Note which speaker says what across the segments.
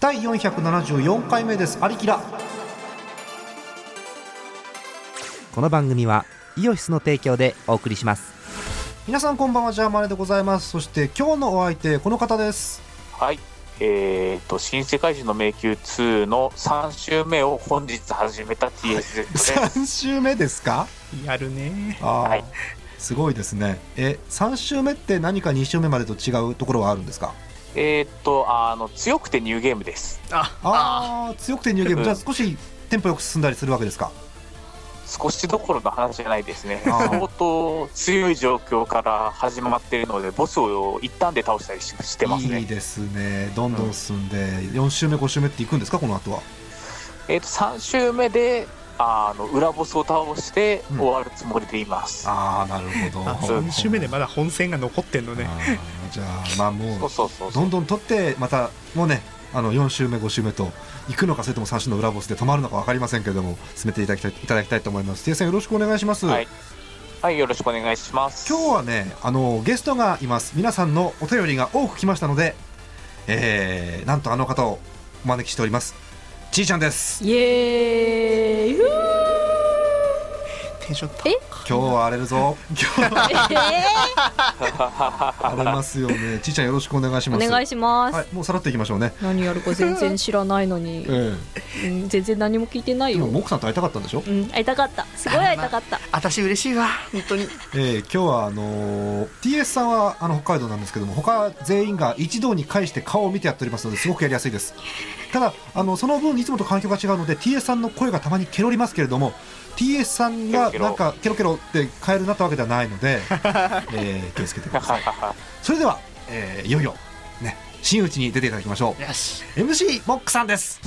Speaker 1: 第474回目です。ありきら。
Speaker 2: この番組はイオシスの提供でお送りします
Speaker 1: 皆さんこんばんは、ジャーマネでございます。そして今日のお相手、この方です。
Speaker 3: はい。えっ、と、新世界人の迷宮2の3週目を本日始めた TSZ です。
Speaker 1: 3週目ですか
Speaker 4: やるね
Speaker 1: あー、
Speaker 3: はい
Speaker 1: すごいですね。え、3週目って何か2週目までと違うところはあるんですか
Speaker 3: えっと、あの、強くてニューゲームです。
Speaker 4: あ
Speaker 1: ああー、強くてニューゲーム。じゃあ少しテンポよく進んだりするわけですか
Speaker 3: 少しどころの話じゃないですね。
Speaker 1: あー
Speaker 3: 相当強い状況から始まっているので、ボスを一旦で倒したりししてますね。
Speaker 1: いいですね。どんどん進んで、4週目、5週目っていくんですかこの後は。
Speaker 3: えっと、3週目で、あの、裏ボスを倒して終わるつもりでいます。
Speaker 1: ああ、なるほど。
Speaker 4: あ3週目でまだ本戦が残ってんのね
Speaker 1: あーじゃあ、まあも
Speaker 3: そう
Speaker 1: う、
Speaker 3: そうそうそ
Speaker 1: ど
Speaker 3: う
Speaker 1: んどん取って、また、もうね、あの4週目、5週目と、行くのか、それとも3週の裏ボスで止まるのか分かりませんけれども、進めていただきたいいただきたいと思います。ていさん、よろしくお願いします。
Speaker 3: はいはい、よろしくお願いします。
Speaker 1: 今日はね、あのゲストがいます。皆さんのお便りが多く来ましたので、えー、なんとあの方をお招きしております。ちーちゃんです。
Speaker 5: イエーイふぅ
Speaker 4: テンション高
Speaker 5: え
Speaker 4: い
Speaker 1: 今日は荒れるぞ。今日は
Speaker 5: え
Speaker 1: 荒れますよね。ちーちゃん、よろしくお願いしま
Speaker 5: ー
Speaker 1: す。
Speaker 5: お願いします、
Speaker 1: はい、もうさらっといきましょうね。
Speaker 5: 何やるか全然知らないのに、
Speaker 1: え
Speaker 5: うん全然何も聞いてな
Speaker 1: え、
Speaker 5: い
Speaker 1: で
Speaker 5: よ
Speaker 1: も、、モクさんと会いたかったんでしょ
Speaker 5: うん、会いたかったすごい会いたか った
Speaker 4: 私嬉しいわ本当に
Speaker 1: えー今日はあのー TS さんはあの北海道なんですけども他全員が一堂に会して顔を見てやっておりますのですごくやりやすいですただあのその分いつもと環境が違うので TS さんの声がたまにケロりますけれども TS さんが
Speaker 3: ケロケロ
Speaker 1: なんかケロケロってカエルになったわけではないの で、えー気をつけてくださいそれでは、えーいよいよね真打ちに出ていただきましょう
Speaker 4: よし
Speaker 1: MC モックさんです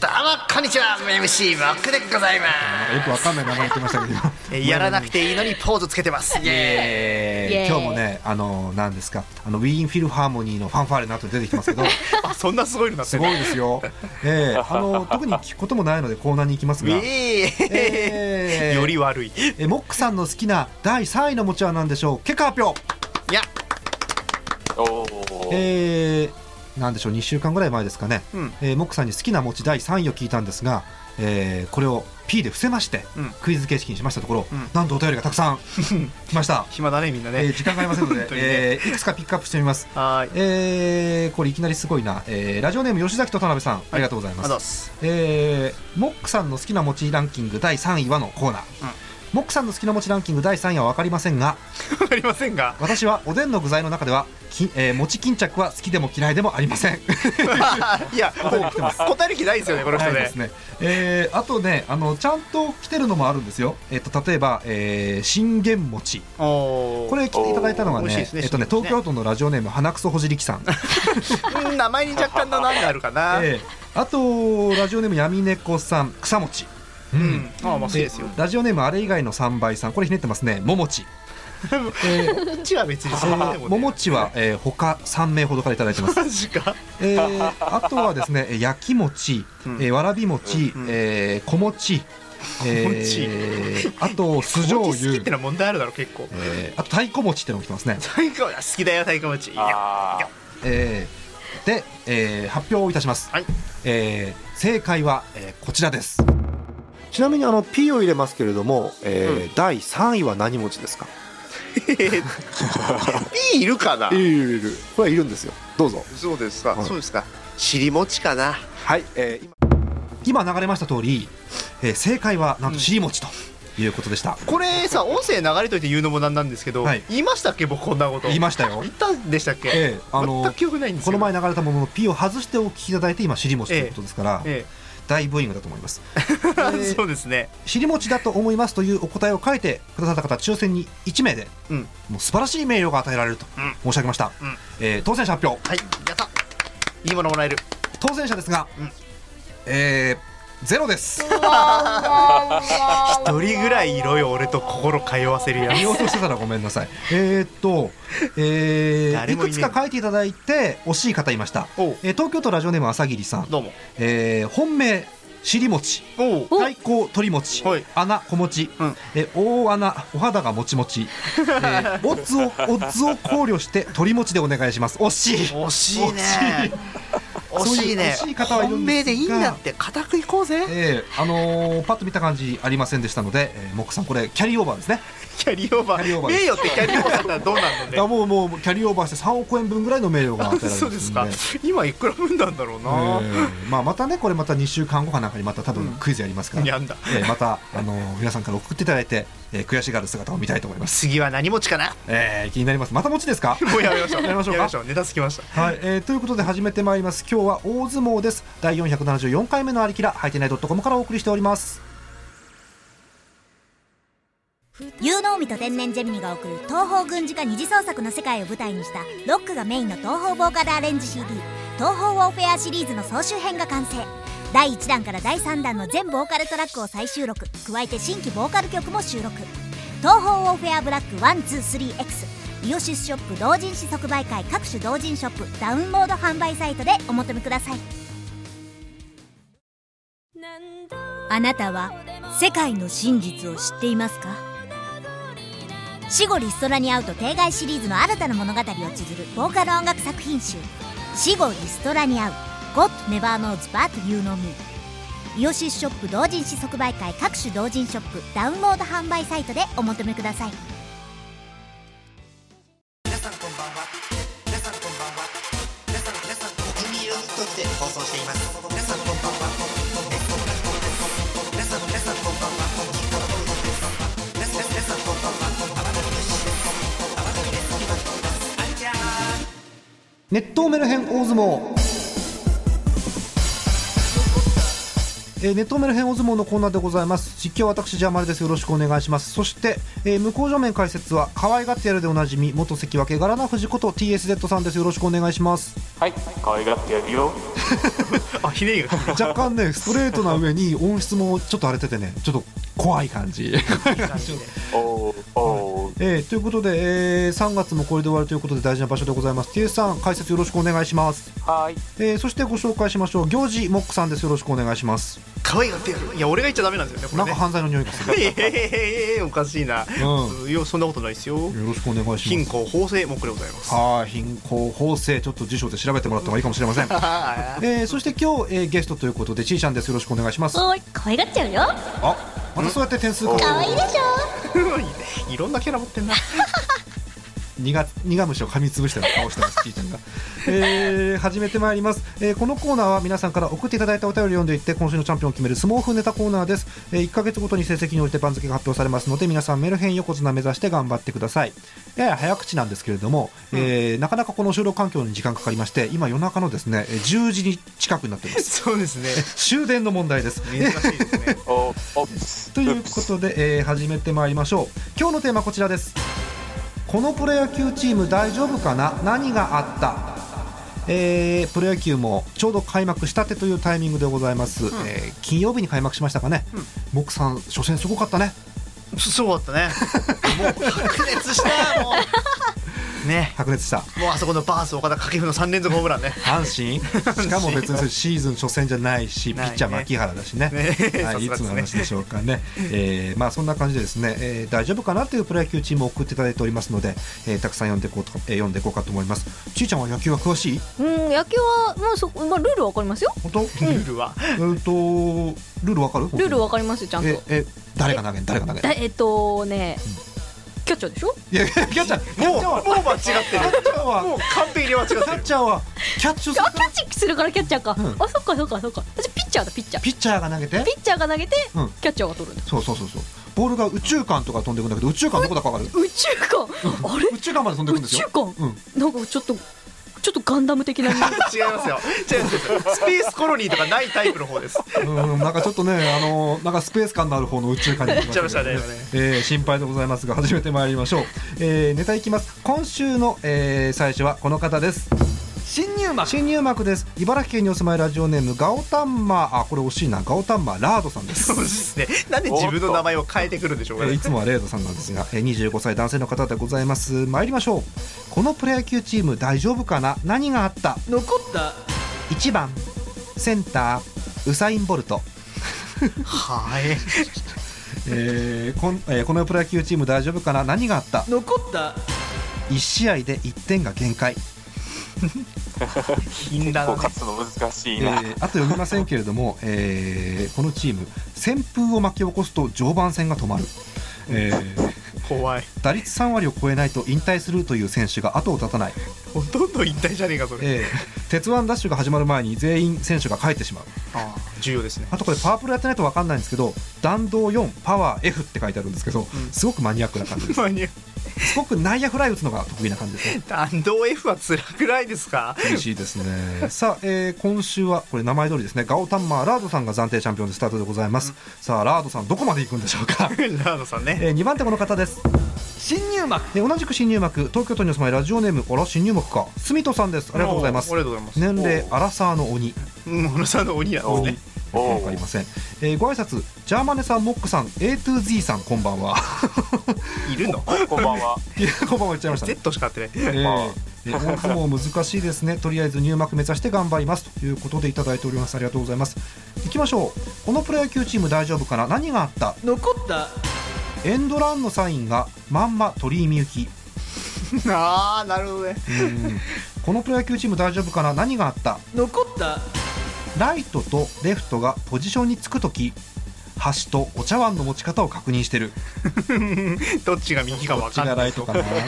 Speaker 6: どうもこんにちは MC マックでございま
Speaker 1: なんかよくわかんない名前言ってました けど
Speaker 4: えやらなくていいのにポーズつけてますイエ
Speaker 5: イエーイ
Speaker 1: 今日もね、あの、なんですか、あの、ウィーンフィルハーモニーのファンファーレの後に出てきてますけ ど、
Speaker 4: ーイあそんなすごいのなって
Speaker 1: す
Speaker 4: る
Speaker 1: ごいですよ。ええあの、特に聞くこともないのでコーナーに行きます
Speaker 4: ウ
Speaker 1: が、
Speaker 4: ィー
Speaker 1: ええ
Speaker 4: イより悪い
Speaker 1: え、モックさんの好きな第3位の持ちは何でしょう結果発表
Speaker 4: いや
Speaker 3: おー
Speaker 1: えー、なんでしょう、2週間ぐらい前ですかね、
Speaker 4: うん
Speaker 1: えーモックさんに好きな餅第3位を聞いたんですが、えーこれを P で伏せまして、
Speaker 4: うん
Speaker 1: クイズ形式にしましたところ、
Speaker 4: うん
Speaker 1: なんとお便りがたくさ ん来ました。
Speaker 4: 暇だねみんな
Speaker 1: えー
Speaker 4: ね
Speaker 1: 時間がありませんので
Speaker 4: 本、当にね
Speaker 1: えーいくつかピックアップしてみます。
Speaker 4: はーいあり
Speaker 1: えーこれいきなりすごいな、えーラジオネーム吉崎と田辺さん、ありがとうござい
Speaker 4: が
Speaker 1: ま
Speaker 4: とうご
Speaker 1: す
Speaker 4: ざいます
Speaker 1: えーモックさんの好きな餅ランキング第3位はのコーナー、モックさんの好きな餅ランキング第3位は分かりませんが
Speaker 4: わかりませんが
Speaker 1: 私はおでんの具材の中ではき、えー餅巾着は好きでも嫌いでもありません
Speaker 4: いや答える気ないですよねこの人
Speaker 1: はいで
Speaker 4: ね
Speaker 1: すね、えーあとねあのちゃんと来てるのもあるんですよ、えっと例えば、えー信玄餅
Speaker 4: お
Speaker 1: これ来ていただいたのが
Speaker 4: おー美
Speaker 1: ね
Speaker 4: 味しいですね
Speaker 1: えっとね
Speaker 4: 信玄餅ね
Speaker 1: 東京都のラジオネーム花くそほじりきさん
Speaker 4: うん名前に若干の何があるかな
Speaker 1: えーあとラジオネームやみねこさん草餅う
Speaker 4: うんああまあそうですよ
Speaker 1: ラジオネームあれ以外の3倍さんこれひねってますねももち、えー
Speaker 4: こっちは別にそんなでもね
Speaker 1: ももちは、えー、他3名ほどからいただいてます、
Speaker 4: マジか
Speaker 1: えーあとはですねえー焼き餅、えーわらび餅、
Speaker 4: うん
Speaker 1: えー小餅えーあと酢醤
Speaker 4: 餅好き
Speaker 1: 油
Speaker 4: ってのは問題あるだろ結構
Speaker 1: えーあと太鼓餅ってのも来てますね、
Speaker 4: 太鼓好きだよ太鼓餅いいよ
Speaker 3: あー
Speaker 1: えーで、えー発表をいたします、
Speaker 4: はい
Speaker 1: えー正解は、えーこちらです
Speaker 7: ちなみにあの P を入れますけれども、えー第3位は何持ちですか
Speaker 6: すいるかない
Speaker 7: るいるいるこれはいるんですよどうぞ
Speaker 6: そうですか、
Speaker 7: はい
Speaker 6: そうですか尻餅かな
Speaker 7: はい、えー今
Speaker 1: 今流れました通り、えー正解はなんと尻餅ということでした、
Speaker 4: これさ音声流れといて言うのもなんなんですけど、
Speaker 1: はい
Speaker 4: 言いましたっけ僕こんなこと
Speaker 1: 言いましたよ
Speaker 4: 言ったんでしたっけ、
Speaker 1: ええあの
Speaker 4: 全く記憶ないんです
Speaker 1: こ
Speaker 4: よ
Speaker 1: の前流れたものの P を外してお聞きいただいて今尻餅ということですから、
Speaker 4: え
Speaker 1: 大ブーイングだと思い ます
Speaker 4: えそうですね
Speaker 1: 尻餅だと思いますというお答えを書いてくださった方抽選に1名で、
Speaker 4: うん
Speaker 1: もう素晴らしい名誉が与えられると
Speaker 4: うん
Speaker 1: 申し上げました、
Speaker 4: うん
Speaker 1: えー当選者発表
Speaker 4: はいやったいいものもらえる
Speaker 1: 当選者ですが、
Speaker 4: うん
Speaker 1: えーゼロです
Speaker 4: 一人ぐらいいろよ俺と心通わせるや
Speaker 1: 見落としてたらごめんなさいえーっと、えー、
Speaker 4: 誰
Speaker 1: い
Speaker 4: もい
Speaker 1: く
Speaker 4: ねえ
Speaker 1: つか書いていただいて惜しい方いました、
Speaker 4: おう
Speaker 1: えー東京都ラジオネーム朝霧さん
Speaker 4: どうも
Speaker 1: えー本命尻餅
Speaker 4: おう
Speaker 5: お
Speaker 1: 太鼓鳥餅、
Speaker 4: はい
Speaker 1: 穴小餅、
Speaker 4: うん
Speaker 1: え大穴お肌がもちもち、え ー、オッズをオッズを考慮して鳥餅でお願いします惜しい
Speaker 4: 惜しいね惜
Speaker 1: 惜しい
Speaker 4: しいね
Speaker 1: そういう惜しい方はいるんですが
Speaker 4: 本命でいいんだって固くいこうぜ
Speaker 1: えーあのーパッと見た感じありませんでしたので、えー、モックさんこれキャリーオーバーですね
Speaker 4: キャリーオーバ
Speaker 1: キャリーオー
Speaker 4: ー
Speaker 1: バーです
Speaker 4: 名誉ってキャリーオーバーだったらどうなん
Speaker 1: だ
Speaker 4: の
Speaker 1: もうもうキャリーオーバーして3億円分ぐらいの名誉が与えられ
Speaker 4: ね
Speaker 1: る
Speaker 4: そうですか今いくら分なんだろう
Speaker 1: え
Speaker 4: な、
Speaker 1: ーまあ、またねこれまた2週間後かなんかにまた多分クイズやりますから、
Speaker 4: やんだ
Speaker 1: えーまた、あのー皆さんから送っていただいて、えー悔しがる姿を見たいと思います、
Speaker 4: 次は何持ちかな
Speaker 1: えー気になりますまた持ちですか
Speaker 4: もうやめましょう
Speaker 1: やめましょうか
Speaker 4: やめましょうネタつきました
Speaker 1: はい、えーということで始めてまいります今日は大相撲です第474回目のありきらハイテナイドットコムからお送りしております
Speaker 8: 有能美と天然ジェミニが送る東方軍事化二次創作の世界を舞台にしたロックがメインの東方ボーカルアレンジ CD「東方ウォーフェア」シリーズの総集編が完成第1弾から第3弾の全ボーカルトラックを再収録加えて新規ボーカル曲も収録「東方ウォーフェアブラック 123X」イオシスショップ同人誌即売会各種同人ショップダウンロード販売サイトでお求めくださいあなたは世界の真実を知っていますか死後リストラに会うと定外シリーズの新たな物語を綴るボーカル音楽作品集「死後リストラに会う God Never Knows But You Know Me」イオシスショップ同人誌即売会各種同人ショップダウンロード販売サイトでお求めください
Speaker 1: 熱湯メルヘン大相撲えー、ネットメルヘン大相撲のコーナーでございます実況は私ジャーマルですよろしくお願いしますそして、えー向こう正面解説は可愛がってやるでおなじみ元関脇柄な藤子と TSZ さんですよろしくお願いします
Speaker 3: はい可愛がってやるよ
Speaker 4: あひねりが
Speaker 1: 若干ねストレートな上に音質もちょっと荒れててねちょっと怖い感じ、
Speaker 3: おーおー
Speaker 1: えーということで、え3月もこれで終わるということで大事な場所でございます TS さん解説よろしくお願いします、
Speaker 3: はい
Speaker 1: えーそしてご紹介しましょう行司モックさんですよろしくお願いします
Speaker 4: 可愛いがってやるいや俺が言っちゃダメなんですよね
Speaker 1: な
Speaker 4: こ
Speaker 1: ん
Speaker 4: れ
Speaker 1: か
Speaker 4: ね
Speaker 1: 犯罪の匂いがする
Speaker 4: ええええええおかしいな、
Speaker 1: う
Speaker 4: いやそんなことないですよ
Speaker 1: よろしくお願いします
Speaker 4: 貧困法制目でございます
Speaker 1: はい貧困法制ちょっと辞書で調べてもらった方がいいかもしれません
Speaker 4: あ
Speaker 1: えーそして今日、えーゲストということでちいちゃんですよろしくお願いしますあ
Speaker 5: おい可愛がっちゃうよ
Speaker 1: またそうやって点数か
Speaker 5: 可愛いでしょ
Speaker 4: ーいろんなキャラ持ってんな
Speaker 1: 苦苦虫を噛みつぶしたような顔してます、ちーちゃんが。えー、始めてまいります、えーこのコーナーは皆さんから送っていただいたお便りを読んでいって、今週のチャンピオンを決める相撲風ネタコーナーです。え1ヶ月ごとに成績に応じて番付が発表されますので、皆さんメルヘン横綱目指して頑張ってください。やや早口なんですけれども、えーなかなかこの収録環境に時間かかりまして、今夜中のですね、えー10時に近くになっています。
Speaker 4: そうですね
Speaker 1: 終電の問題です。
Speaker 4: 珍しいですね
Speaker 3: おーおー
Speaker 1: ということで、えー始めてまいりましょう今日のテーマこちらですこのプロ野球チーム大丈夫かな何があったえープロ野球もちょうど開幕したてというタイミングでございます、えー金曜日に開幕しましたかね、モクさん初戦すごかったね
Speaker 4: そそうだったねもう白熱したもうね
Speaker 1: 白熱した
Speaker 4: もうあそこのバース岡田掛布の3連続ホームランね
Speaker 1: 阪神しかも別にそれシーズン初戦じゃ ないし
Speaker 4: ないね
Speaker 1: ピッチャー牧原だしね
Speaker 4: ね
Speaker 1: は
Speaker 4: さすがです
Speaker 1: い、
Speaker 4: ね
Speaker 1: いつの話でしょうかね、えーまあ、そんな感じでですね、えー大丈夫かなというプロ野球チームを送っていただいておりますので、えーたくさん読んでいこうと、えー読んでいこうかと思いますちーちゃんは野球は詳しい
Speaker 5: うん野球はもうそまあルールわかりますよ
Speaker 1: 本当、
Speaker 4: ルールは
Speaker 1: うんとルールわかる
Speaker 5: ルール
Speaker 1: は
Speaker 5: わかりますよちゃん
Speaker 1: え
Speaker 5: と
Speaker 1: え誰が投げん誰が投げん
Speaker 5: だえっとねキャッチャーでしょ
Speaker 1: いやいやキャッチャーキャッ
Speaker 4: もう
Speaker 1: チャー
Speaker 4: も
Speaker 1: は
Speaker 4: う間違って
Speaker 1: キャッチ
Speaker 4: る
Speaker 1: ャー
Speaker 4: も
Speaker 1: は
Speaker 4: う完璧に間違っ
Speaker 1: キ
Speaker 4: て
Speaker 1: ャッ
Speaker 4: る
Speaker 1: チャーはキャッチをする
Speaker 5: あキャッチするからキャッチャーか、
Speaker 1: うん
Speaker 5: あそっかそっかそっか私ピッチャーだピッチャーピ
Speaker 1: ピッチャーが投げて
Speaker 5: ッチャーが投げて、
Speaker 1: うん
Speaker 5: キャッチャーが取るんだ
Speaker 1: そうそうそうそうボールが宇宙間とか飛んでいくんだけど宇宙間どこだかわかる
Speaker 5: 宇宙間あれ
Speaker 1: 宇宙間まで飛んでいく
Speaker 5: 宇
Speaker 1: んですよ
Speaker 5: 宙間、
Speaker 1: うん
Speaker 5: なんかちょっとちょっとガンダム的 な匂い
Speaker 4: 違いますよ違いますよスペースコロニーとかないタイプの方です
Speaker 1: うん、なんかちょっとね、あのなんかスペース感のある方の宇宙感に行き
Speaker 4: 行っちゃいました
Speaker 1: えー心配でございますが、始めてまいりましょう。えーネタいきます。今週の、えー最初はこの方です。新入幕新入幕です茨城県にお住まいラジオネームガオタンマーあこれ惜しいなガオタンマーラードさんです
Speaker 4: そうですねなんで自分の名前を変えてくるんでしょうか
Speaker 1: えーい
Speaker 4: ね
Speaker 1: つもはレイドさんなんですが、えー25歳男性の方でございます参りましょうこのプロ野球チーム大丈夫かな何があった残った1番センターウサイン・ボルト
Speaker 4: はい
Speaker 1: えーこんえーこのプロ野球チーム大丈夫かな何があった
Speaker 4: 残った
Speaker 1: 1試合で1点が限界、
Speaker 4: 禁断
Speaker 3: こう
Speaker 4: のね
Speaker 3: 勝つの難し
Speaker 1: え
Speaker 3: いな、
Speaker 1: ーあと読みませんけれど も、えーこのチーム旋風を巻き起こすと常磐戦が止まる、えー
Speaker 4: 怖い
Speaker 1: 打率3割を超えないと引退するという選手が後を絶たない、
Speaker 4: ほとんど引退じゃねえかそれ
Speaker 1: えー 鉄腕ダッシュが始まる前に全員選手が帰ってしまう
Speaker 4: あー重要ですね
Speaker 1: あとこれパワープロやってないと分かんないんですけど弾道4パワー F って書いてあるんですけど、すごくマニアックな感じです
Speaker 4: まあに
Speaker 1: すごく内野フライ打つのが得意な感じですね
Speaker 4: 弾道 F は辛くないですか
Speaker 1: 厳しいですねさあ、えー今週はこれ名前通りですねガオタンマーラードさんが暫定チャンピオンでスタートでございます、さあラードさんどこまで行くんでしょうか
Speaker 4: ラードさんね
Speaker 1: え2番手この方です
Speaker 4: 新入幕
Speaker 1: えー同じく新入幕東京都にお住まいラジオネームあら新入幕かスミトさんですありがとうございます
Speaker 4: おーありがとうござい
Speaker 1: 年
Speaker 4: ます
Speaker 1: 齢アラサーの鬼
Speaker 4: うん小野さんの鬼やですね
Speaker 3: お
Speaker 1: わかりません、えーご挨拶ジャーマネさんモックさん A2Z さんこんばんは
Speaker 4: いるの
Speaker 3: こんばんは。
Speaker 1: いやこんばんは言っちゃいましたね
Speaker 4: Z しか買ってない
Speaker 1: えーえー大相撲難しいですねとりあえず入幕目指して頑張りますということでいただいておりますありがとうございますいきましょうこのプロ野球チーム大丈夫かな何があった
Speaker 4: 残った
Speaker 1: エンドランのサインがまんま鳥居みゆき
Speaker 4: ああなるほどね
Speaker 1: うん このプロ野球チーム大丈夫かな何があった
Speaker 4: 残った
Speaker 1: ライトとレフトがポジションにつくとき箸とお茶碗の持ち方を確認してる
Speaker 4: どっちが右か
Speaker 1: ど
Speaker 4: 分
Speaker 1: っち
Speaker 4: か
Speaker 1: が
Speaker 4: んな
Speaker 1: ライ
Speaker 4: い
Speaker 1: トかなっていう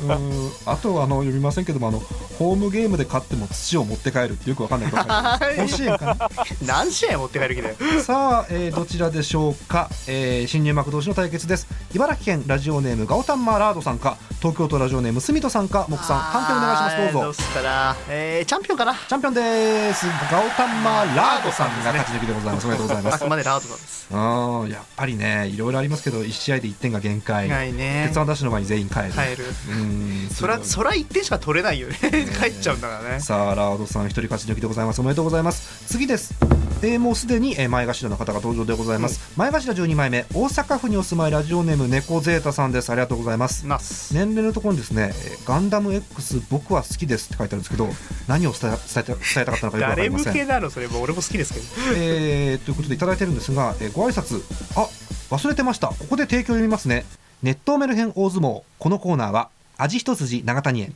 Speaker 1: うんあとはあの読みませんけどもあのホームゲームで勝っても土を持って帰るってよくわかんないことがある甲子園かな
Speaker 4: 何試合持って帰る気だよ
Speaker 1: さあ、えーどちらでしょうか、えー新入幕同士の対決です茨城県ラジオネームガオタンマーラードさんか東京都ラジオネームスミトさんか木さん判定お願いしますどう
Speaker 4: どう
Speaker 1: ぞ
Speaker 4: すっからえーチャンピオンかな
Speaker 1: チャンピオンですガオタンマーラードさんが勝ち抜きでございますおめでとうございま
Speaker 4: あ
Speaker 1: す
Speaker 4: くまでラードさんです
Speaker 1: うんやっぱりねいろいろありますけど1試合で1点が限界
Speaker 4: ないね
Speaker 1: 鉄腕ダッシュの前に全員帰る
Speaker 4: 帰る
Speaker 1: うん
Speaker 4: そりゃそりゃ1点しか取れないよね 帰っちゃうんだからね
Speaker 1: さあラードさん一人勝ち抜きでございますおめでとうございます次です、えーもうすでに、えー前頭の方が登場でございます、前頭12枚目大阪府にお住まいラジオネーム猫ゼータさんですありがとうございます
Speaker 4: ナス
Speaker 1: 年齢のところにですね、えーガンダム X 僕は好きですって書いてあるんですけど何を伝え伝えた伝えたかったのかよくわか
Speaker 4: 誰
Speaker 1: りま
Speaker 4: 向
Speaker 1: せん
Speaker 4: けなのそれもう俺も好きですけど
Speaker 1: えーということでいただいてるんですが、えーご挨拶あ忘れてましたここで提供読みますね熱湯メルヘン大相撲このコーナーは味一筋長谷 園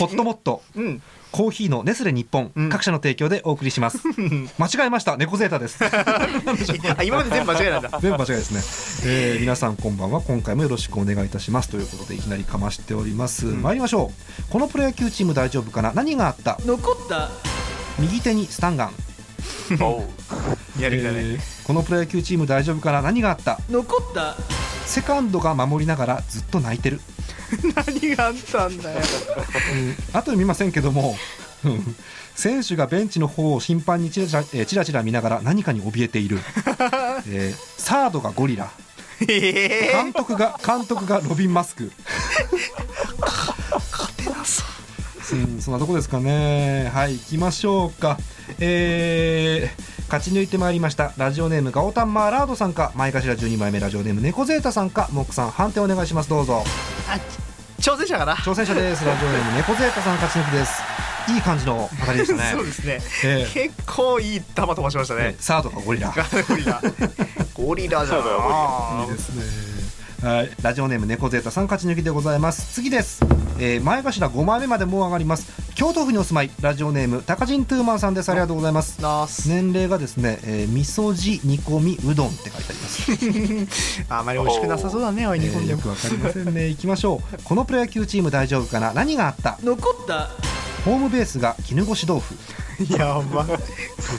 Speaker 1: ホットモット
Speaker 4: うん
Speaker 1: コーヒーのネスレ日本、
Speaker 4: うん
Speaker 1: 各社の提供でお送りします間違えました猫ゼータです
Speaker 4: あ今まで全部間違いなんだ
Speaker 1: 全部間違いですね、えー皆さんこんばんは今回もよろしくお願いいたしますということでいきなりかましております、参りましょうこのプロ野球チーム大丈夫かな何があった
Speaker 4: 残った
Speaker 1: 右手にスタンガン、
Speaker 3: おう
Speaker 4: やる気だ
Speaker 1: え
Speaker 4: ね
Speaker 1: ーこのプロ野球チーム大丈夫かな何があった
Speaker 4: 残った
Speaker 1: セカンドが守りながらずっと泣いてる、
Speaker 4: 何があったんだよ
Speaker 1: あと見ませんけどもうん選手がベンチの方を頻繁にチラチラ,、えーチラチラ見ながら何かに怯えてい る、えーサードがゴリラ
Speaker 4: ええ
Speaker 1: 監督が監督がロビン・マスクうんそんなとこですかねはい行きましょうかえー勝ち抜いてまいりましたラジオネームガオタンマーラードさんか前頭12枚目ラジオネーム猫ゼータさんかモックさん判定お願いしますどうぞ
Speaker 4: 挑戦者かな
Speaker 1: 挑戦者ですラジオネーム猫ゼータさん勝ち抜きですいい感じの当たりでしたね
Speaker 4: そうですね、
Speaker 1: え
Speaker 4: 結構いい球飛ばしました
Speaker 1: え
Speaker 4: ね、
Speaker 1: サードがゴリラ
Speaker 4: ゴリラゴリラじゃ
Speaker 3: そうだよゴ
Speaker 1: い
Speaker 3: リ
Speaker 1: い
Speaker 4: ん
Speaker 1: ですね。はい、ラジオネーム猫ゼータさん勝ち抜きでございます。次です。えー前頭5枚目までもう上がります。京都府にお住まい、ラジオネーム高人トゥーマンさんです。ありがとうございます。
Speaker 4: ナス
Speaker 1: 年齢がですね、えー、味噌汁煮込みうどんって書いてあります。
Speaker 4: あまり美味しくなさそうだねおい
Speaker 1: え
Speaker 4: 煮込ん
Speaker 1: ー
Speaker 4: で
Speaker 1: よ
Speaker 4: も、
Speaker 1: くわかりませんね。行きましょう。このプロ野球チーム大丈夫かな。何があった。
Speaker 4: 残った
Speaker 1: ホームベースが絹ごし豆腐。
Speaker 4: やばぐ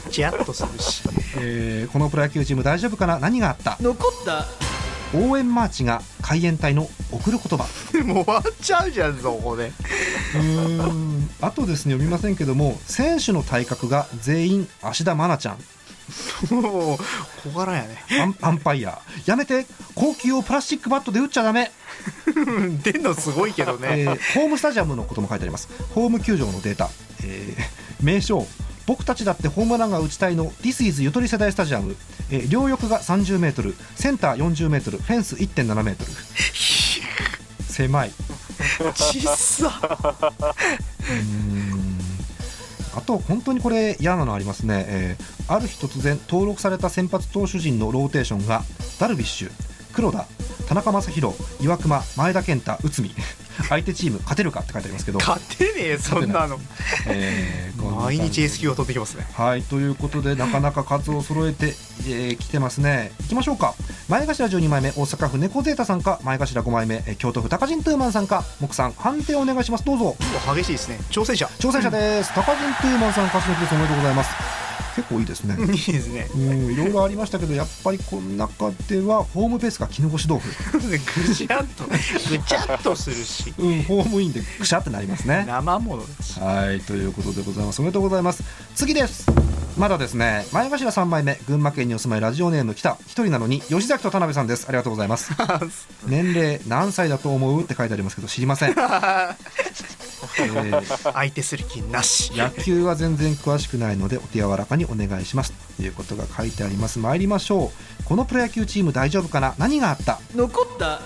Speaker 4: ちゃっとするし
Speaker 1: えーこのプロ野球チーム大丈夫かな。何があった。
Speaker 4: 残った
Speaker 1: 応援マーチが海援隊の送る言葉。
Speaker 4: もう終わっちゃうじゃんそこで
Speaker 1: うーんあとですね読みませんけども選手の体格が全員芦田愛菜ちゃん
Speaker 4: もう小柄やね
Speaker 1: アンアンパイアやめて高級をプラスチックバットで打っちゃダメ、
Speaker 4: うん出んのすごいけどね、
Speaker 1: えーホームスタジアムのことも書いてありますホーム球場のデータ、えー名称僕たちだってホームランが打ちたいの This is ゆとり世代スタジアム、えー両翼が3 0ルセンター4 0ルフェンス1 7ル狭い
Speaker 4: ちっさ
Speaker 1: うーんあと本当にこれ嫌なのありますね、えーある日突然登録された先発投手陣のローテーションがダルビッシュ黒田田中将大岩隈前田健太内海 相手チーム勝てるかって書いてありますけど、
Speaker 4: 勝てねえそんなの
Speaker 1: えーこんな感
Speaker 4: 毎
Speaker 1: じ
Speaker 4: 日 S 級を取ってきますね
Speaker 1: はいということでなかなか数を揃えてき、えー来てますねいきましょうか前頭12枚目大阪府猫ゼータさんか前頭5枚目えー京都府高人トゥーマンさんか木さん判定お願いしますどうぞ
Speaker 4: うわ激しいですね挑戦者
Speaker 1: 挑戦者です高人トゥーマンさん勝ち抜きですおめでとうございます結構いいですね
Speaker 4: いいですね
Speaker 1: うんいろいろありましたけどやっぱりこの中ではホームベースか絹ごし豆腐、
Speaker 4: ぐちゃっとぐちゃっとするし
Speaker 1: うん、ホームインでくしゃってなりますね
Speaker 4: 生ものです
Speaker 1: はいということでございますおめでとうございます次ですまだですね前頭3枚目群馬県にお住まいラジオネーム北一人なのに吉崎と田辺さんですありがとうござい ます年齢何歳だと思うって書いてありますけど知りま せん、えー
Speaker 4: 相手する気なし
Speaker 1: 野球は全然詳しくないのでお手柔らかにお願いしますということが書いてあります参りましょうこのプロ野球チーム大丈夫かな何があった
Speaker 4: 残った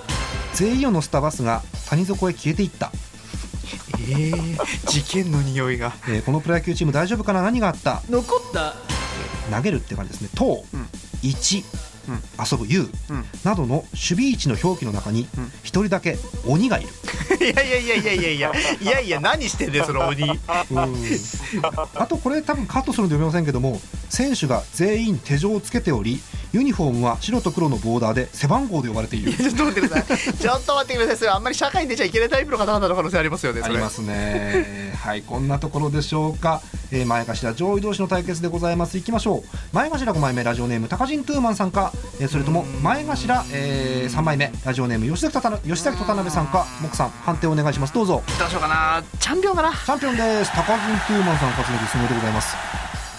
Speaker 1: 全員を乗せたバスが谷底へ消えていった、
Speaker 4: えー、事件の匂いが
Speaker 1: えーこのプロ野球チーム大丈夫かな何があった
Speaker 4: 残った
Speaker 1: 投げるって感じですね「投」
Speaker 4: うん
Speaker 1: 1」
Speaker 4: うん
Speaker 1: 遊ぶ「遊
Speaker 4: うん」
Speaker 1: などの守備位置の表記の中に
Speaker 4: うん
Speaker 1: 一人だけ鬼がいる、
Speaker 4: いやいやいやいやいやいやいやいや何してんだよその鬼
Speaker 1: あとこれ多分カットするんで読めませんけども選手が全員手錠をつけておりユニフォームは白と黒のボーダーで背番号で呼ばれている
Speaker 4: ちょっと待ってくださいちょっと待ってくださいそれあんまり社会に出ちゃいけないタイプの方々の可能性ありますよね
Speaker 1: あ
Speaker 4: そ
Speaker 1: り
Speaker 4: れ
Speaker 1: ますね。 はい、こんなところでしょうか。えー前頭上位同士の対決でございます。いきましょう。前頭5枚目ラジオネーム高人トゥーマンさんか、えーそれとも前頭、え3枚目ラジオネーム吉崎とたな吉崎と田辺さんか、木さん判定お願いします。どうぞ。
Speaker 4: どうしようかなチャンピオンかな
Speaker 1: チャンピオンです。高人トゥーマンさん勝ち抜きおめでとうございます。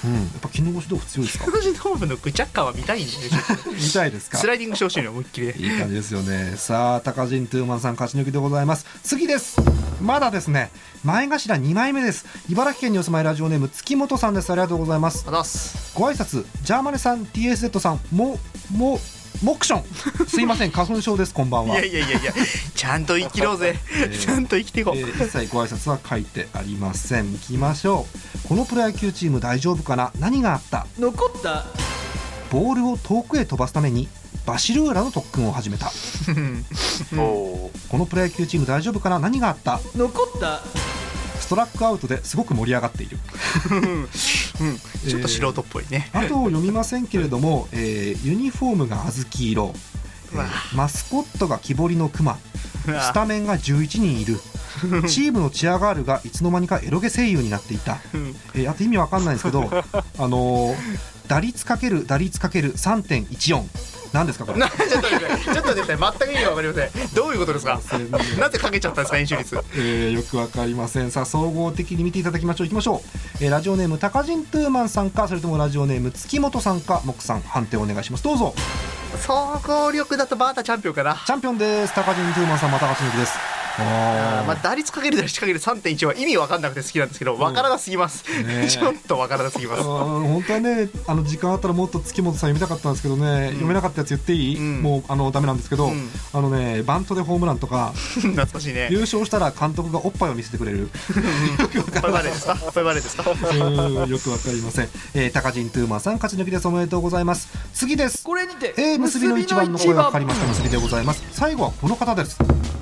Speaker 1: うん、やっぱ絹ごし豆腐強いです か。
Speaker 4: 私の部のぐちゃっかは見たいんでしょ
Speaker 1: 見たいですか
Speaker 4: ス。ライディングしてほしいのよ思いっきり
Speaker 1: いい感じですよね。さあ、高人トゥーマンさん勝ち抜きでございます。次です。まだですね。前頭2枚目です。茨城県にお住まいラジオネーム月本さんです。ありがとうございます。
Speaker 4: あざっす
Speaker 1: ご挨拶、ジャーマネさん、TSZ さん、も、も、モクション。すいません、花粉症です。こんばん
Speaker 4: い
Speaker 1: は。
Speaker 4: やいやいやいやちゃんと生きろうぜ、ちゃんと生きていこう、
Speaker 1: えー一切ご挨拶は書いてありません行きましょうこのプロ野球チーム大丈夫かな何があった
Speaker 4: 残った
Speaker 1: ボールを遠くへ飛ばすためにバシルーラの特訓を始めた
Speaker 3: お
Speaker 1: このプロ野球チーム大丈夫かな何があった
Speaker 4: 残った
Speaker 1: ストラックアウトですごく盛り上がっている
Speaker 4: うんちょっと素人っぽいね、
Speaker 1: あとを読みませんけれども、えーユニフォームが小豆色、えー
Speaker 4: わ
Speaker 1: マスコットが木彫りのクマ
Speaker 4: うわ
Speaker 1: スタメンが11人い るチームのチアガールがいつの間にかエロゲ声優になっていた、
Speaker 4: うん
Speaker 1: えーあと意味わかんないんです けどあのー打率かける打率かける3.14なんですかこれ
Speaker 4: なちょっと待ってくださいちょっと待ってください全く意味わかりませんどういうことですかなぜかけちゃったんですか演習率
Speaker 1: えーよくわかりませんさあ総合的に見ていただきましょういきましょう、えーラジオネーム高人トゥーマンさんかそれともラジオネーム月本さんか木さん判定お願いしますどうぞ
Speaker 4: 総合力だとバータチャンピオンかな
Speaker 1: チャンピオンです高人トゥーマンさんまた勝ち抜きです
Speaker 4: あ
Speaker 1: あ
Speaker 4: ー
Speaker 1: ー
Speaker 4: まあ、打率かける打率かける3.1は意味わかんなくて好きなんですけどわからなすぎます、
Speaker 1: ねえ
Speaker 4: ちょっとわからなすぎます
Speaker 1: うん本当はねあの時間あったらもっと月本さん読みたかったんですけどね、読めなかったやつ言っていい、
Speaker 4: うん
Speaker 1: もうあのダメなんですけど、
Speaker 4: うん
Speaker 1: あのねバントでホームランと か
Speaker 4: 懐かしいね
Speaker 1: 優勝したら監督がおっぱいを見せてくれる
Speaker 4: これバレーですかこれバレーですか
Speaker 1: うん よくわかりません、えー、高人トゥーマンさん勝ち抜きですおめでとうございます次です
Speaker 9: これにて
Speaker 1: えー、結びの一番の声がかかりました結びでございます最後はこの方です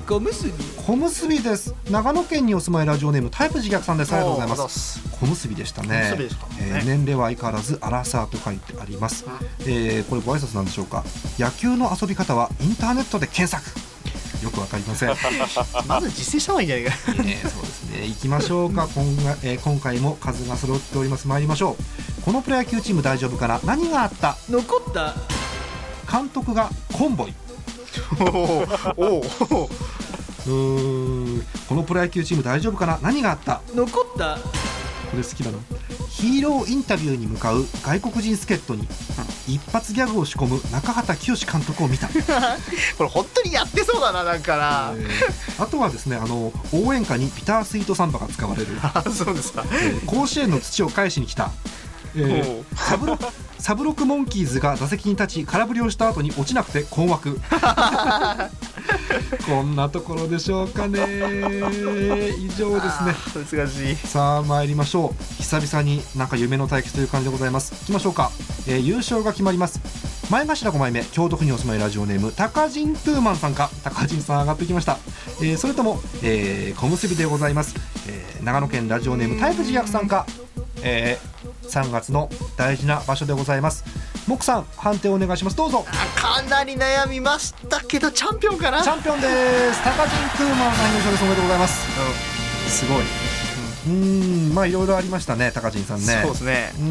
Speaker 9: 小結び
Speaker 1: 小結びです長野県にお住まいラジオネームタイプ自虐さんですありがとうございま
Speaker 4: おーあざっ
Speaker 1: す
Speaker 4: す
Speaker 1: 小結びでしたね
Speaker 4: 小結びでしたね
Speaker 1: えー年齢は相変わらずアラサーと書いてあります、えーこれご挨拶なんでしょうか野球の遊び方はインターネットで検索よくわかりません、え
Speaker 4: まず実践した方がいいんじゃない
Speaker 1: ー
Speaker 4: かな
Speaker 1: そうですね行きましょうか今が、えー今回も数が揃っております参りましょうこのプロ野球チーム大丈夫かな何があった
Speaker 9: 残った
Speaker 1: 監督がコンボイ
Speaker 4: おー おーおー
Speaker 1: うーんこのプロ野球チーム大丈夫かな何があった
Speaker 9: 残った
Speaker 1: これ好きだなヒーローインタビューに向かう外国人助っ人に一発ギャグを仕込む中畑清監督を見た、
Speaker 4: これ本当にやってそうだななんかな、
Speaker 1: えーあとはですねあの応援歌にビタースイートサンバが使われる、
Speaker 4: あそうですか
Speaker 1: えー甲子園の土を返しに来た、えー
Speaker 4: おう
Speaker 1: サブロサブロックモンキーズが座席に立ち空振りをした後に落ちなくて困惑こんなところでしょうかね以上ですね
Speaker 4: すね難しい
Speaker 1: さあ参りましょう久々になんか夢の対決という感じでございますいきましょうか、えー優勝が決まります前頭5枚目京都府にお住まいラジオネーム高人トゥーマンさんか高人さん上がってきました、えーそれとも、えー小結びでございます、えー長野県ラジオネームタイプ自虐さんか、えー3月の大事な場所でございます木さん判定お願いしますどうぞ
Speaker 4: かなり悩みましたけどチャンピオンかな
Speaker 1: チャンピオンです高人トゥーマンさん優勝ですおめでとうございます
Speaker 4: すごい、
Speaker 1: うーんまあいろいろありましたね高人さんね
Speaker 4: そうですね
Speaker 1: うー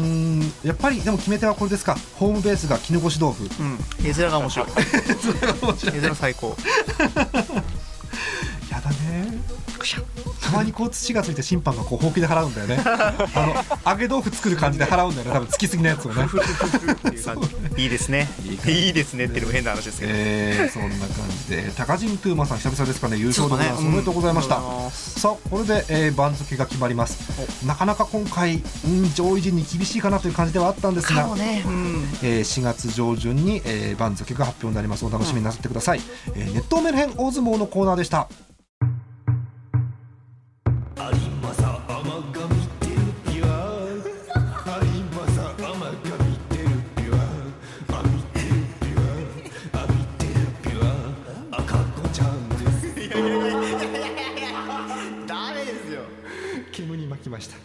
Speaker 1: んやっぱりでも決め手はこれですかホームベースが絹ごし豆腐
Speaker 4: うん絵面が面白い絵面最高
Speaker 1: やだねたまにこう土がついて審判がこうほうきで払うんだよねあの揚げ豆腐作る感じで払うんだよね多分つきすぎなやつをね
Speaker 4: っていう感 じいいですねいいですねっていうのも変な話ですけど、
Speaker 1: えー、そんな感じで高人トゥーマンさん久々ですかね優勝でございます、
Speaker 4: そうですねうん
Speaker 1: おめでとうございました
Speaker 4: ありがとうございま
Speaker 1: さあこれで、えー番付が決まりますなかなか今回、うん、上位陣に厳しいかなという感じではあったんですが
Speaker 4: ねうん
Speaker 1: えー4月上旬に、えー番付が発表になりますお楽しみになさってください、えーネットメルヘン大相撲のコーナーでした煙に巻きました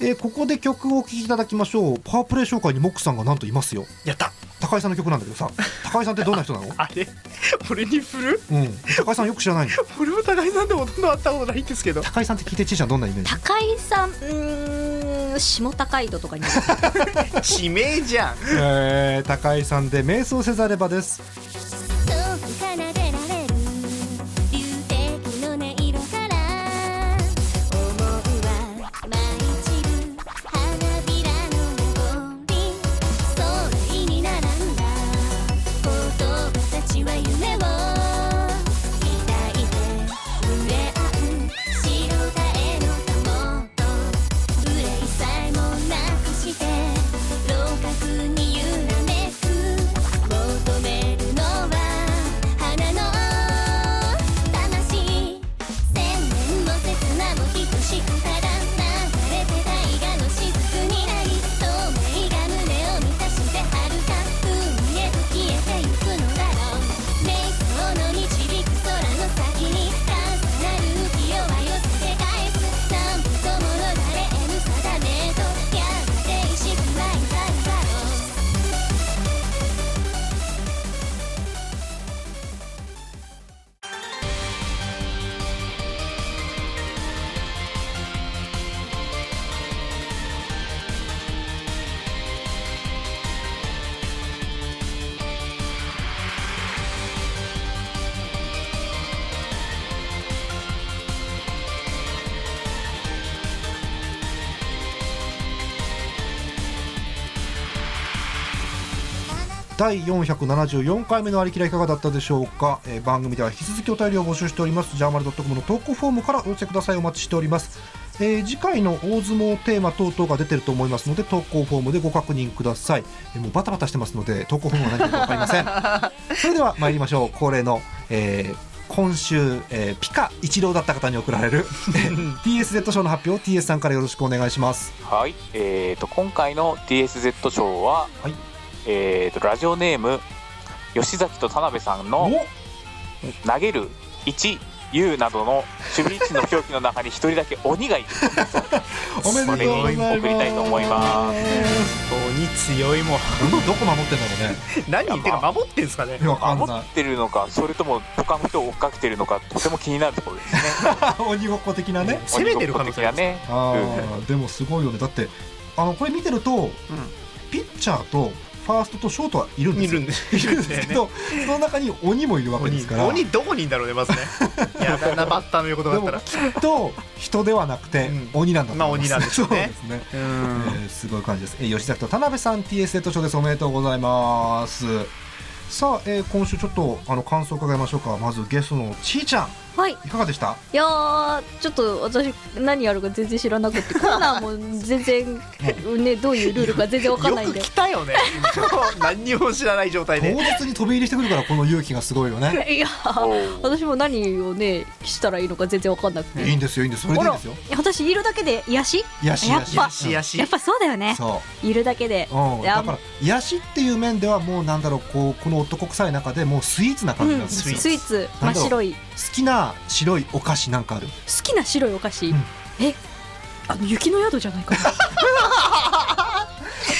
Speaker 1: えーここで曲をお聴きいただきましょうパワープレイ紹介にモックさんがなんといますよ
Speaker 4: やった
Speaker 1: 高井さんの曲なんだけどさ高井さんってどんな人なの、うん、
Speaker 4: あれ俺に振る
Speaker 1: 高井さんよく知らないの
Speaker 4: 俺も高井さんでもほとんど会ったことないんですけど
Speaker 1: 高井さんって聞いてちいちゃんどんなイメージ
Speaker 5: 高井さんうーん下高井戸 とかに
Speaker 4: 指名じゃん
Speaker 1: えー、高井さんで瞑想せざればです
Speaker 9: 遠く奏でられる流滴の音色から思うは舞い散る花びらの上り空に並んだ言葉たちは夢を抱いて触れ合う白たえのたもと憂いさえもなくして老角に揺らめく求めるのは花の魂千年も刹那も等しくただ流れて大河の雫になり透明が胸を満たして遥か海へと消えてゆくのだろう瞑想の導く空の先に重なる浮世は寄せて返す何歩ともの誰への定めとやがて意識はいたるだろう
Speaker 1: 第474回目のありきらいかがだったでしょうか、えー番組では引き続きお便りを募集しておりますジャーマルドットコムの投稿フォームからお寄せくださいお待ちしております、えー次回の大相撲テーマ等々が出てると思いますので投稿フォームでご確認ください、えーもうバタバタしてますので投稿フォームは何か分かり ませんそれでは参りましょう恒例の、えー今週、えーピカ一郎だった方に贈られる TSZ 賞の発表を TS さんからよろしくお願いします
Speaker 3: はい、えー、と今回の DSZ 賞は、
Speaker 1: はい
Speaker 3: えー、とラジオネーム吉崎と田辺さんの「投げる1」「U」などの守備位置の表記の中に一人だけ鬼がいる
Speaker 1: おめでとうございます
Speaker 3: それに送りたいと思いま
Speaker 4: 鬼強いもん
Speaker 1: 鬼どこ守ってんだろうね
Speaker 4: 何言ってるか守ってんですかね
Speaker 1: いやわかん
Speaker 3: 守
Speaker 1: ない
Speaker 3: ってるのかそれとも他の人を追っかけてるのかとても気になるところですね
Speaker 1: 鬼ごっこ的なね
Speaker 4: 攻めてる可能性
Speaker 3: だ
Speaker 4: あります
Speaker 3: ね
Speaker 1: あーでもすごいよねだってあのこれ見てると、ピッチャーとファーストとショートはいるんで
Speaker 4: い
Speaker 1: すよ
Speaker 4: るんで
Speaker 1: いるんですけど、その中に鬼もいるわけで
Speaker 4: 鬼
Speaker 1: すから
Speaker 4: 鬼どこにいんだろうねまずねいやだなバッターの横とか
Speaker 1: で
Speaker 4: だっ
Speaker 1: も
Speaker 4: た
Speaker 1: き
Speaker 4: ら
Speaker 1: っと人ではなくて
Speaker 4: うん
Speaker 1: 鬼なんだと思います
Speaker 4: まあ鬼なんでしょうね
Speaker 1: そうですね、
Speaker 4: うん
Speaker 1: えーすごい感じです、えー吉崎と田辺さん TSZ 賞ですおめでとうございますさあ、えー今週ちょっとあの感想を伺いましょうかまずゲストのちーちゃん
Speaker 5: はい
Speaker 1: いかがでした
Speaker 5: いやーちょっと私何やるか全然知らなくてコーナーも全然ねどういうルールか全然わかんないん
Speaker 4: よく
Speaker 5: で
Speaker 4: 来たよね何にも知らない状態
Speaker 1: 当
Speaker 4: で
Speaker 1: 日に飛び入りしてくるからこの勇気がすごいよね
Speaker 5: いやー私も何をねしたらいいのか全然わかんなくて
Speaker 1: いいんですよいいんですそれでいいんですよ
Speaker 5: いや私いるだけで癒し
Speaker 1: 癒し
Speaker 5: や
Speaker 1: 癒
Speaker 5: っ
Speaker 1: し
Speaker 5: ぱ
Speaker 4: やしやし
Speaker 5: やっぱそうだよね
Speaker 1: そう
Speaker 5: いるだけで
Speaker 1: うん、
Speaker 5: いや
Speaker 1: だから癒しっていう面ではもうなんだろうこうこの男臭い中でもうスイーツな感じなん
Speaker 5: うん、
Speaker 1: です
Speaker 5: ス
Speaker 1: よ、好
Speaker 5: イーツ
Speaker 1: な
Speaker 5: 真っ
Speaker 1: んだろう
Speaker 5: 白い好
Speaker 1: きな白いお菓子なんかある
Speaker 5: きな白いお菓子、
Speaker 1: うん
Speaker 5: えあの雪の宿じゃないかな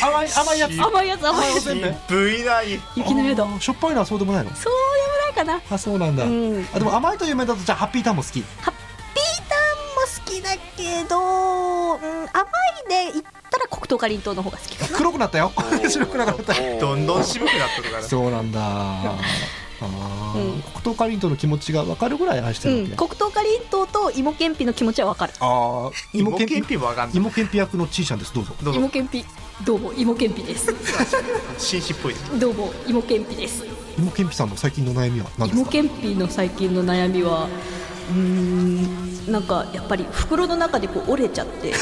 Speaker 1: 甘い甘いやつ
Speaker 5: 甘いやつ甘いやつ
Speaker 1: 全部
Speaker 4: ぶいない
Speaker 5: 雪の宿そうでも
Speaker 1: しょっぱいのはそうでもないの
Speaker 5: ないかな
Speaker 1: あそうなんだ、
Speaker 5: うん
Speaker 1: あでも甘いという面だとじゃあハッピーターンも好き
Speaker 5: ピータンも好きだけど、うん、甘いで言ったら黒糖かりんとうの方が好きかな
Speaker 1: 黒くなったよ白くなかった
Speaker 4: どんどん渋くなってるから
Speaker 1: そうなん だあー、
Speaker 5: うん
Speaker 1: 黒糖かりんとうの気持ちが分かるぐらい愛して
Speaker 5: う
Speaker 1: るわけ
Speaker 5: ん、
Speaker 1: ね、
Speaker 5: 黒糖かりんとうと芋けんぴの気持ちはわかる
Speaker 1: ああ
Speaker 4: 芋
Speaker 1: 芋けん
Speaker 4: けんぴもわかんない
Speaker 1: 芋けんぴ役のちーちゃんですどうぞ
Speaker 4: どう
Speaker 5: 芋
Speaker 4: ぞ
Speaker 5: けんぴどうも芋けんぴです
Speaker 4: 紳士っぽいね
Speaker 5: どうも芋けんぴです
Speaker 1: 芋けんぴさんの最近の悩みは何です
Speaker 5: 芋
Speaker 1: か
Speaker 5: けんぴの最近の悩みはうーんなんかやっぱり袋の中でこう折れちゃって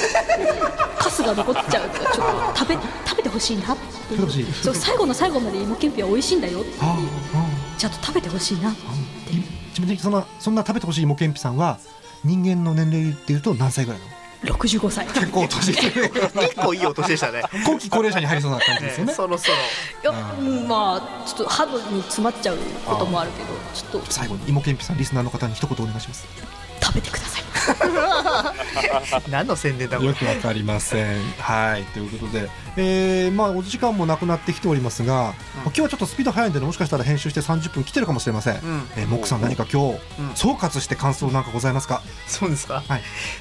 Speaker 5: カスが残っちゃうからちょっと食べ食べてほしいなっていう
Speaker 1: 食べてほしい
Speaker 5: そう最後の最後まで芋けんぴは美味しいんだよっていう
Speaker 1: あーうん
Speaker 5: ちゃんと食べてほしいなっていう
Speaker 1: ちなみにそんなそんな食べてほしい芋けんぴさんは人間の年齢で言うと何歳ぐらいなの
Speaker 5: 65歳
Speaker 1: 結構年
Speaker 4: 結構いいお年でしたね
Speaker 1: 後期高齢者に入りそうな感じですよ
Speaker 4: ね
Speaker 1: ね
Speaker 4: そろそろ
Speaker 5: いやうんまあちょっと歯に詰まっちゃうこともあるけどちょっと
Speaker 1: 最後に芋けんぴさんリスナーの方に一言お願いします
Speaker 5: 食べてください
Speaker 4: 何の宣伝だこれ
Speaker 1: くわかりませんはいということで、えーまあ、お時間もなくなってきておりますが、今日はちょっとスピード速いんでねもしかしたら編集して30分来てるかもしれません、
Speaker 4: うん
Speaker 1: えーモックさん何か今日、
Speaker 4: うん
Speaker 1: 総括して感想なんかございますか
Speaker 4: そうですか
Speaker 1: はい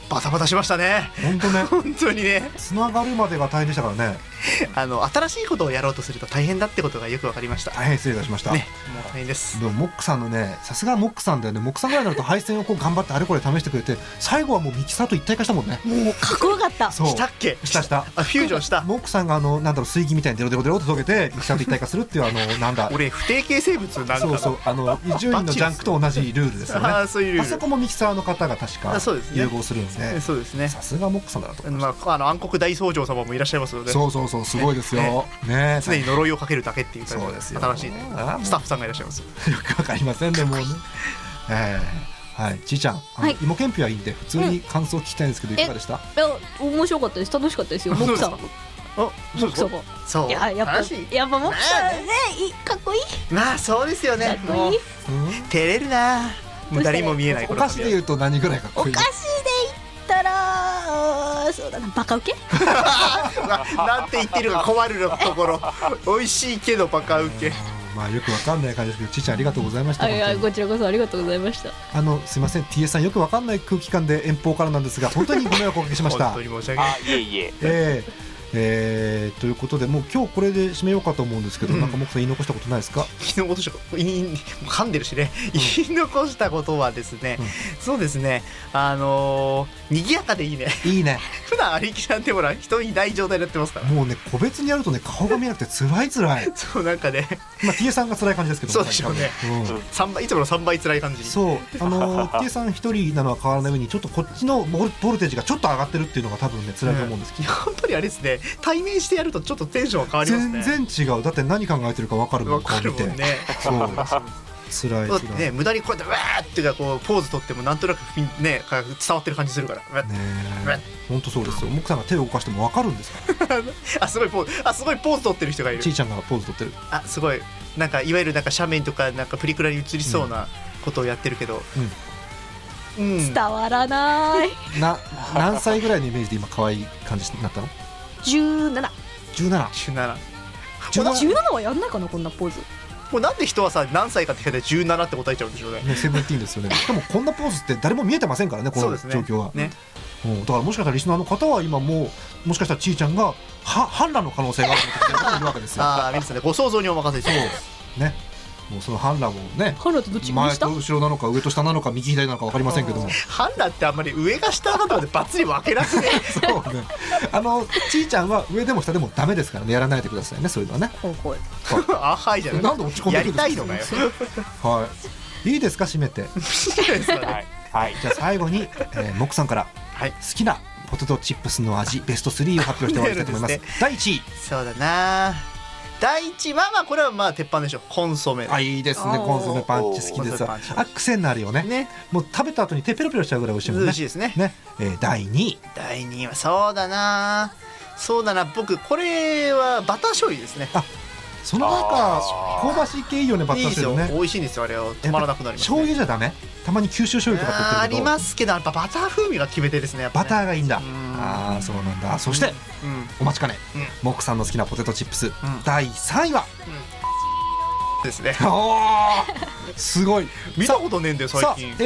Speaker 4: バタバタしましたね
Speaker 1: 本当ね
Speaker 4: 本当にね
Speaker 1: つながるまでが大変でしたからね
Speaker 4: あの新しいことをやろうとすると大変だってことがよくわかりました
Speaker 1: 大変失礼いたしました、
Speaker 4: ねもう大変です
Speaker 1: でもモックさんのねさすがモックさんだよねモックさんぐらいになると配線をこう頑張ってあれこれ試してくれて最後はもうミキサーと一体化したもんね
Speaker 5: もうかっこよかった
Speaker 1: そう
Speaker 4: したっけ
Speaker 1: したした
Speaker 4: あフュージョンした
Speaker 1: モックさんがあのなんだろう水銀みたいにデロデロデロって溶けてミキサーと一体化するっていうあのなんだ
Speaker 4: 俺不定形生物なんか
Speaker 1: そうそうあの伊集院のジャンクと同じルールですよね
Speaker 4: あーそういうルール
Speaker 1: あそこもミキサーの方が確か
Speaker 4: あそうですね
Speaker 1: 融合するんで
Speaker 4: えそうですね
Speaker 1: さすがモックさんだなと思いまし
Speaker 4: まあ、あの暗黒大僧正様もいらっしゃいますの
Speaker 1: た
Speaker 4: で
Speaker 1: そうそうそうすごいですよね
Speaker 4: 常に呪いをかけるだけっていう感じ
Speaker 1: そうですよ
Speaker 4: 新しいね
Speaker 1: あー
Speaker 4: スタッフさんがいらっしゃいます
Speaker 1: よくわかりませんねもうねえーはいちいちゃんあの
Speaker 5: はい
Speaker 1: 芋けんぴはいいんで普通に感想聞きたいんですけどいかがでした
Speaker 5: いや面白かったです楽しかったですよ
Speaker 4: あそ
Speaker 5: モ
Speaker 4: う
Speaker 5: ク
Speaker 4: です
Speaker 5: さ
Speaker 4: か
Speaker 5: んモ
Speaker 4: あそう
Speaker 5: クさん
Speaker 4: か
Speaker 5: も
Speaker 4: そう
Speaker 5: いややっぱ
Speaker 4: 楽しい
Speaker 5: やっぱモクさんねいいかっこいい
Speaker 4: まあそうですよ
Speaker 5: か
Speaker 4: ね
Speaker 5: っ
Speaker 4: も
Speaker 5: こ
Speaker 4: う
Speaker 5: いい
Speaker 1: うん
Speaker 4: 照れるなもう誰にも見えない
Speaker 1: お菓子で言うと何ぐらいかっ
Speaker 5: お
Speaker 1: こ
Speaker 5: 菓
Speaker 1: いい
Speaker 5: 子で言ったらあーそうだなバカウケ
Speaker 4: なんて言ってるか困るのところ 美味しいけどバカウケ
Speaker 1: まあよくわかんない感じですけどちいちゃんありがとうございました
Speaker 5: あいや
Speaker 1: 本当
Speaker 5: こ
Speaker 1: に
Speaker 5: ちらこそありがとうございました
Speaker 1: あのすいません TS さんよくわかんない空気感で遠方からなんですが本当にご迷惑をおかけしまし
Speaker 4: 本
Speaker 1: た
Speaker 4: 当に申し訳ない
Speaker 3: あいえいえ
Speaker 1: えええーということでもう今日これで締めようかと思うんですけど、
Speaker 4: うん
Speaker 1: なんか僕さん言い残したことないですか
Speaker 4: 昨日落としたいいもう噛んでるしね、 言い残したことはですね、
Speaker 1: うん
Speaker 4: そうですねあのー、賑やかでいいね
Speaker 1: いいね
Speaker 4: 普段ありきなんてもら人いない状態になってますから
Speaker 1: もうね個別にやるとね顔が見えなくて辛い辛い
Speaker 4: そうなんかね
Speaker 1: まあ T さんが辛い感じですけど
Speaker 4: そうでしょうね
Speaker 1: 多分うん
Speaker 4: 三倍いつもの3倍辛い感じ
Speaker 1: そうあ のー、T さん一人なのは変わらない上にちょっとこっちのボルボルテージがちょっと上がってるっていうのが多分ね辛いと思うんですけど、
Speaker 4: 本当にあれですね対面してやるとちょっとテンションが変わりますね
Speaker 1: 全然違うだって何考えてるか分かるも
Speaker 4: わ
Speaker 1: ん顔
Speaker 4: かる
Speaker 1: 見
Speaker 4: も
Speaker 1: て、
Speaker 4: んね
Speaker 1: そう辛い
Speaker 4: だ
Speaker 1: 辛
Speaker 4: って
Speaker 1: い
Speaker 4: ね無駄にこうやってわーってかこうポーズ取ってもなんとなくフィンねか伝わってる感じするからわーって
Speaker 1: ねえ本当そうですよ奥さんが手を動かしても分かるんですから
Speaker 4: あすごいポーズあすごいポーズ取ってる人がいる
Speaker 1: ちいちゃんがポーズ取ってる
Speaker 4: あすごいなんかいわゆるなんか斜面とかなんかプリクラに映りそうなことをやってるけどうん、
Speaker 5: 伝わら ない
Speaker 1: な何歳ぐらいのイメージで今可愛い感じになったの
Speaker 5: 17
Speaker 1: 17
Speaker 4: 17
Speaker 1: 17
Speaker 5: 17はやんないかなこんなポーズ
Speaker 4: もうなんで人はさ何歳かって聞かれて17って答えちゃうんでしょうね
Speaker 1: ねセブンティーン ですよねしかもこんなポーズって誰も見えてませんからねこ
Speaker 4: そう
Speaker 1: の
Speaker 4: ですね
Speaker 1: 状況は、
Speaker 4: ね
Speaker 1: うんだからもしかしたらリスナーの方は今もうもしかしたらちいちゃんがは反乱の可能性があるって方もいるわけですよ
Speaker 4: ああ皆さんねご想像にお任せし
Speaker 1: ねもうその反乱をね
Speaker 5: カナとどっちに
Speaker 1: 前
Speaker 5: した
Speaker 1: と後ろなのか上と下なのか右左なのか分かりませんけども
Speaker 4: ハンダってあんまり上が下がとかでバッツリ分けなくて
Speaker 1: そうねあのちいちゃんは上でも下でもダメですからねやらないでくださいねそういうのはね
Speaker 5: ほいほい
Speaker 4: あはいじゃない
Speaker 1: なんで落ち込んで
Speaker 4: や
Speaker 1: くる
Speaker 4: り
Speaker 1: んですか
Speaker 4: たいのかよ
Speaker 1: はいいですか締めて
Speaker 4: ですかね
Speaker 3: はい、はい、
Speaker 1: じゃあ最後に、えー、モックさんから
Speaker 4: はい
Speaker 1: 好きなポテトチップスの味ベスト3を発表して終わりたいと思います
Speaker 4: 出るんで
Speaker 1: 第1位
Speaker 4: そうだな第一まあまあこれはまあ鉄板でしょコンソメ
Speaker 1: あいいですね
Speaker 4: おー
Speaker 1: コンソメパンチ好きです
Speaker 4: コ
Speaker 1: わ
Speaker 4: ンソメパンチ
Speaker 1: あ癖になるよね
Speaker 4: ね
Speaker 1: もう食べた後に手ペロペロしちゃうぐらい美味しいもん
Speaker 4: 美
Speaker 1: ね
Speaker 4: 味しいですね
Speaker 1: ね、えー、第2位
Speaker 4: 第2位はそうだなそうだな僕これはバター醤油ですね
Speaker 1: その中香ばしい系いいよねバッ
Speaker 4: いい
Speaker 1: ター
Speaker 4: ですよ
Speaker 1: 醤油ね
Speaker 4: 美味しいんですよあれは止まらなくなります、
Speaker 1: 醤
Speaker 4: ね、
Speaker 1: 油じゃダメたまに九州醤油とか
Speaker 4: あー
Speaker 1: っ
Speaker 4: あ
Speaker 1: て言
Speaker 4: り
Speaker 1: ってる
Speaker 4: ますけどやっぱバター風味が決め手ですねやっ
Speaker 1: け
Speaker 4: ぱ
Speaker 1: ど
Speaker 4: ね
Speaker 1: バターがいいんだ
Speaker 4: ん
Speaker 1: ああそうなんだそして
Speaker 4: うん、
Speaker 1: お待ちかね
Speaker 4: うん
Speaker 1: モックさんの好きなポテトチップス
Speaker 4: ん
Speaker 1: 第3位は
Speaker 4: ですね
Speaker 1: おー すごい
Speaker 4: 見たことねえんだよ
Speaker 1: さ
Speaker 4: 最
Speaker 1: あ、
Speaker 4: 近
Speaker 1: え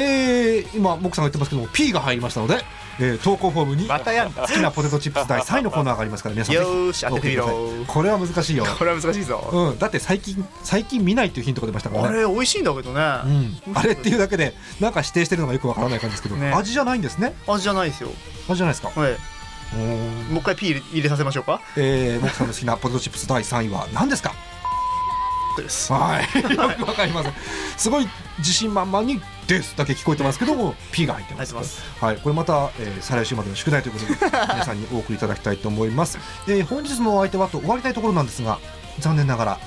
Speaker 1: ー、今モクさんが言ってますけども P が入りましたので、えー、投稿フォームに
Speaker 4: またやんだ
Speaker 1: 好きなポテトチップス第3位のコーナーがありますから皆さんぜ
Speaker 4: よ
Speaker 1: ひ
Speaker 4: ーし当ててみろ
Speaker 1: 送ってくださいこれは難しいよ、
Speaker 4: これは難しいぞ、
Speaker 1: うん、だって最近最近見ないっていうヒントが出ましたか
Speaker 4: あ
Speaker 1: らね
Speaker 4: れ美味しいんだけどね、
Speaker 1: うん、あれっていうだけでなんか指定してるのがよくわからない感じですけど、
Speaker 4: ね
Speaker 1: 味じゃないんですね
Speaker 4: 味じゃないですよ
Speaker 1: 味じゃないですか
Speaker 4: はい
Speaker 1: おー
Speaker 4: もう一回ピー入れ入れさせましょうか
Speaker 1: えー、モクさんの好きなポテトチップス第3位は何ですか
Speaker 4: です
Speaker 1: はいよくわかりませんすごい自信満々に「です」だけ聞こえてますけども P が入ってます
Speaker 4: 入ってま
Speaker 1: はい、これまた、えー、再来週までの宿題という ことで皆さんにお送りいただきたいと思います、えー本日のお相手はと終わりたいところなんですが残念ながら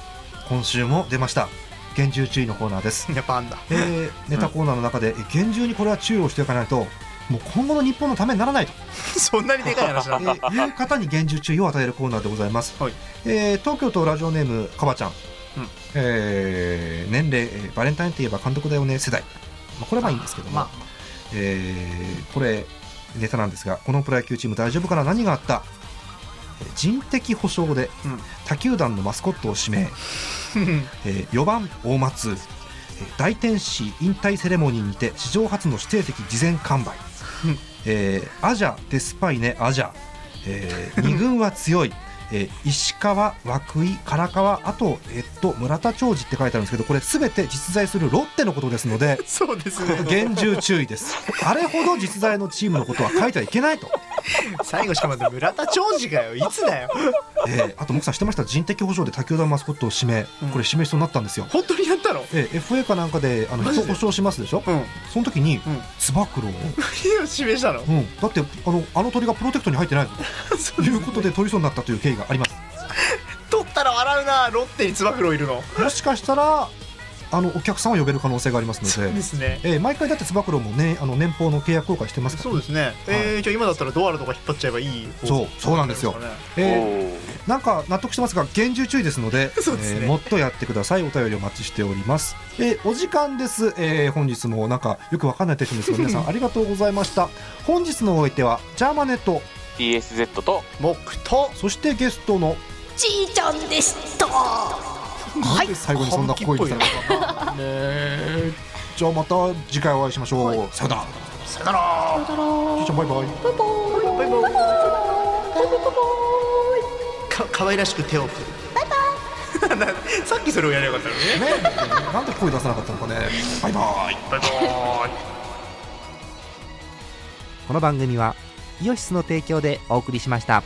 Speaker 1: 今週も出ました厳重注意のコーナー です、
Speaker 4: やっぱあんだ
Speaker 1: えーネタコーナーの中でえー厳重にこれは注意をしていかないともう今後の日本のためにならないと
Speaker 4: そんなにでかい話
Speaker 1: え
Speaker 4: なんだ
Speaker 1: ーいう方に厳重注意を与えるコーナーでございます、
Speaker 4: はい
Speaker 1: えー東京都ラジオネームかばちゃん、
Speaker 4: うん
Speaker 1: えー年齢、えーバレンタインといえば監督だよね世代、まあ、これはいいんですけども、
Speaker 4: ま
Speaker 1: えーこれネタなんですがこのプロ野球チーム大丈夫かな何があったえー人的保障で
Speaker 4: うん
Speaker 1: 他球団のマスコットを指名、え4番大松えー大天使引退セレモニーにて史上初の指定席事前完 売えーアジャデスパイネアジャ、えー二軍は強い、えー石川涌井唐川あとえっと村田兆治って書いてあるんですけどこれすべて実在するロッテのことですので
Speaker 4: そうですね
Speaker 1: 厳重注意ですあれほど実在のチームのことは書いてはいけないと、
Speaker 4: 最後しかも村田長治かよいつだよ
Speaker 1: えーあと木さん知ってました人的保障で他球団マスコットを指名これ指名しそうになったんですよ、
Speaker 4: 本当にやったの
Speaker 1: えー FA かなんかであの
Speaker 4: マジ
Speaker 1: 人
Speaker 4: で
Speaker 1: 保証しますでしょ、
Speaker 4: うん
Speaker 1: その時に
Speaker 4: ん
Speaker 1: つば九郎を、
Speaker 4: 何を示したの
Speaker 1: うん、だってあのあの鳥がプロテクトに入ってないぞ
Speaker 4: そ
Speaker 1: ということで鳥そうになったという経緯があります
Speaker 4: 取ったら笑うなロッテにつば九郎いるの
Speaker 1: もしかしたらあのお客さんは呼べる可能性があります
Speaker 4: そう
Speaker 1: ので
Speaker 4: で、すね
Speaker 1: えー毎回だってつば九郎もねあの年俸の契約更改してますから
Speaker 4: そうですねえーじゃあ今だったらドアラとか引っ張っちゃえばいい方
Speaker 1: そうそうなんですよえ
Speaker 3: おー
Speaker 1: ーなんか納得してますが厳重注意ですので
Speaker 4: そうですね
Speaker 1: えーもっとやってくださいお便りお待ちしております、えーお時間です、えー本日もなんかよくわかんないテンションですが皆 さんありがとうございました本日のお相手はジャーマネット
Speaker 3: TSZ と
Speaker 4: 木と
Speaker 1: そしてゲストの
Speaker 5: じいちゃんでした
Speaker 1: なんで最後にそんな声にされたのかなねえじゃあまた次回お会いしましょう、さよならさよならじいちゃんバイバイ
Speaker 4: バイバイか可愛らしく手を振る バイバイさっきそれをやればよかったのにね
Speaker 1: ね、なんで声出さなかったのかね。バイバイ。
Speaker 2: この番組はイオシスの提供でお送りしました。